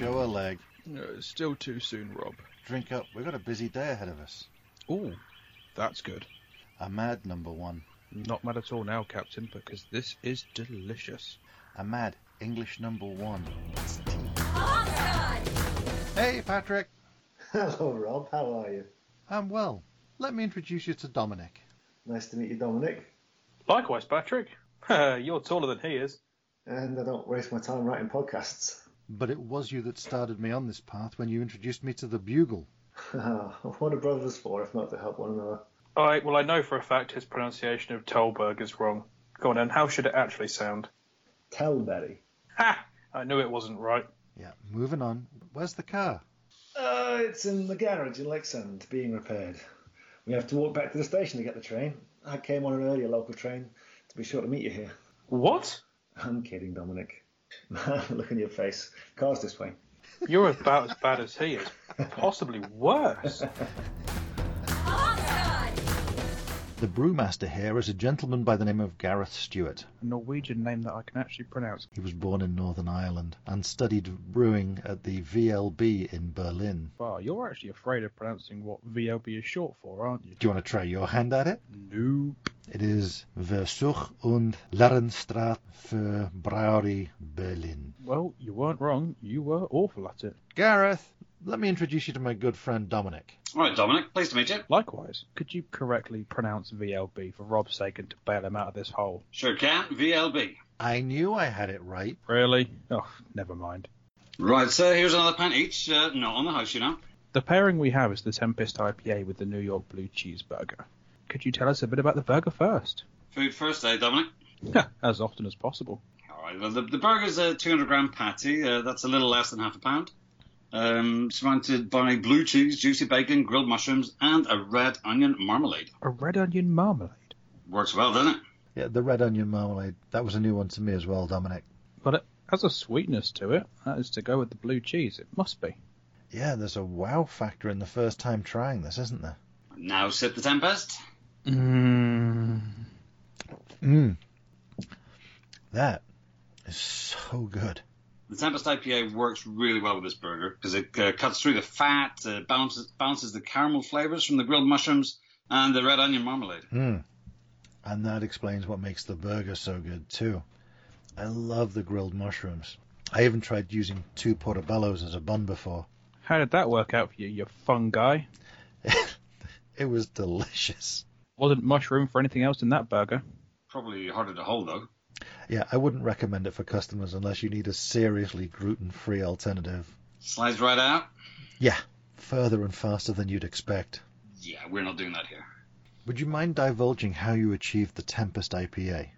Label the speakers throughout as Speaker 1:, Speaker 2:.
Speaker 1: lower leg.
Speaker 2: No, it's Uh, still too soon, Rob.
Speaker 1: Drink up. We've got a busy day ahead of us.
Speaker 2: Oh, that's good.
Speaker 1: A mad number one.
Speaker 2: Not mad at all now, Captain, because this is delicious.
Speaker 1: A mad English number one.
Speaker 3: Onside!
Speaker 1: Hey, Patrick.
Speaker 4: Hello, Rob. How are you?
Speaker 1: I'm well. Let me introduce you to Dominic.
Speaker 4: Nice to meet you, Dominic.
Speaker 5: Likewise, Patrick. You're taller than he is.
Speaker 4: And I don't waste my time writing podcasts.
Speaker 1: But it was you that started me on this path when you introduced me to the bugle.
Speaker 4: what are brothers for if not to help one another?
Speaker 5: All right, well, I know for a fact his pronunciation of Tolberg is wrong. Go on, then. How should it actually sound?
Speaker 4: Tellberry.
Speaker 5: Ha! I knew it wasn't right.
Speaker 1: Yeah, moving on. Where's the car?
Speaker 4: Uh, it's in the garage in Lexand, being repaired. We have to walk back to the station to get the train. I came on an earlier local train to be sure to meet you here.
Speaker 5: What?
Speaker 4: I'm kidding, Dominic. Man, look in your face. Car's this way.
Speaker 5: You're about as bad as he is. Possibly worse.
Speaker 3: Onside!
Speaker 1: The brewmaster here is a gentleman by the name of Gareth Stewart.
Speaker 2: A Norwegian name that I can actually pronounce.
Speaker 1: He was born in Northern Ireland and studied brewing at the VLB in Berlin.
Speaker 2: Wow, you're actually afraid of pronouncing what VLB is short for, aren't you?
Speaker 1: Do you want to try your hand at it?
Speaker 2: Nope.
Speaker 1: It is Versuch und Lernstraat für Brauerei Berlin.
Speaker 2: Well, you weren't wrong. You were awful at it.
Speaker 1: Gareth, let me introduce you to my good friend Dominic.
Speaker 6: All right, Dominic. Pleased to meet you.
Speaker 2: Likewise, could you correctly pronounce VLB for Rob's sake and to bail him out of this hole?
Speaker 6: Sure can. VLB.
Speaker 1: I knew I had it right.
Speaker 2: Really? Oh, never mind.
Speaker 6: Right, so here's another pint each. Uh, not on the house, you know.
Speaker 2: The pairing we have is the Tempest IPA with the New York Blue Cheeseburger. Could you tell us a bit about the burger first?
Speaker 6: Food first, eh, Dominic?
Speaker 2: as often as possible.
Speaker 6: All right. Well, the, the burger's a 200 gram patty. Uh, that's a little less than half a pound. Um, surrounded by blue cheese, juicy bacon, grilled mushrooms, and a red onion marmalade.
Speaker 2: A red onion marmalade.
Speaker 6: Works well, doesn't it?
Speaker 1: Yeah, the red onion marmalade. That was a new one to me as well, Dominic.
Speaker 2: But it has a sweetness to it. That is to go with the blue cheese. It must be.
Speaker 1: Yeah, there's a wow factor in the first time trying this, isn't there?
Speaker 6: Now sip the Tempest.
Speaker 2: Mmm.
Speaker 1: Mmm. That is so good.
Speaker 6: The Tempest IPA works really well with this burger because it uh, cuts through the fat, uh, balances, balances the caramel flavors from the grilled mushrooms and the red onion marmalade.
Speaker 1: Mm. And that explains what makes the burger so good, too. I love the grilled mushrooms. I even tried using two portobellos as a bun before.
Speaker 2: How did that work out for you, you fun guy?
Speaker 1: It was delicious.
Speaker 2: Wasn't much room for anything else in that burger.
Speaker 6: Probably harder to hold though.
Speaker 1: Yeah, I wouldn't recommend it for customers unless you need a seriously gluten free alternative.
Speaker 6: Slides right out.
Speaker 1: Yeah, further and faster than you'd expect.
Speaker 6: Yeah, we're not doing that here.
Speaker 1: Would you mind divulging how you achieved the Tempest IPA?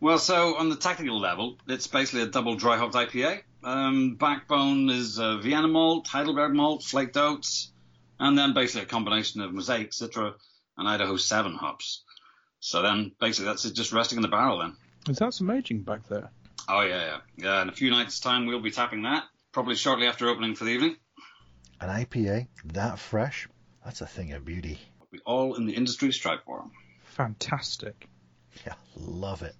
Speaker 6: Well, so on the technical level, it's basically a double dry hopped IPA. Um, backbone is uh, Vienna malt, Heidelberg malt, flaked oats, and then basically a combination of Mosaic, Citra, and Idaho 7 hops. So then basically that's it just resting in the barrel then.
Speaker 2: Is that some aging back there?
Speaker 6: Oh, yeah, yeah. Yeah, in a few nights' time, we'll be tapping that, probably shortly after opening for the evening.
Speaker 1: An IPA that fresh? That's a thing of beauty.
Speaker 6: We all in the industry strive for 'em.
Speaker 2: Fantastic.
Speaker 1: Yeah, love it.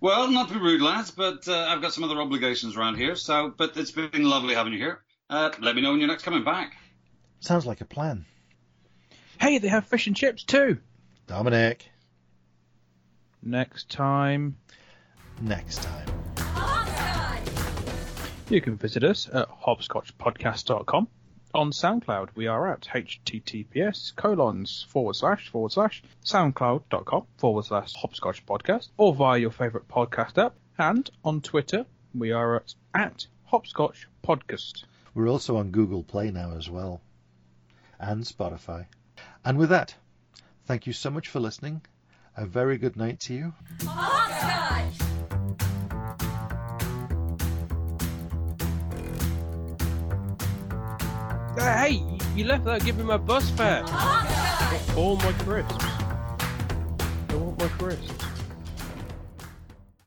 Speaker 6: Well, not to be rude, lads, but uh, I've got some other obligations around here, so, but it's been lovely having you here. Uh, let me know when you're next coming back.
Speaker 1: Sounds like a plan.
Speaker 2: Hey, they have fish and chips too!
Speaker 1: Dominic,
Speaker 2: Next time,
Speaker 1: next time.
Speaker 3: Onside!
Speaker 2: you can visit us at hopscotchpodcast.com. On SoundCloud, we are at https colons forward slash forward slash soundcloud.com forward slash hopscotch podcast or via your favourite podcast app. And on Twitter, we are at, at hopscotch podcast.
Speaker 1: We're also on Google Play now as well, and Spotify. And with that, thank you so much for listening. A very good night to you.
Speaker 3: Onside!
Speaker 7: Uh, Hey, you left without giving my bus fare.
Speaker 3: Onside!
Speaker 7: All my crisps. I want my crisps.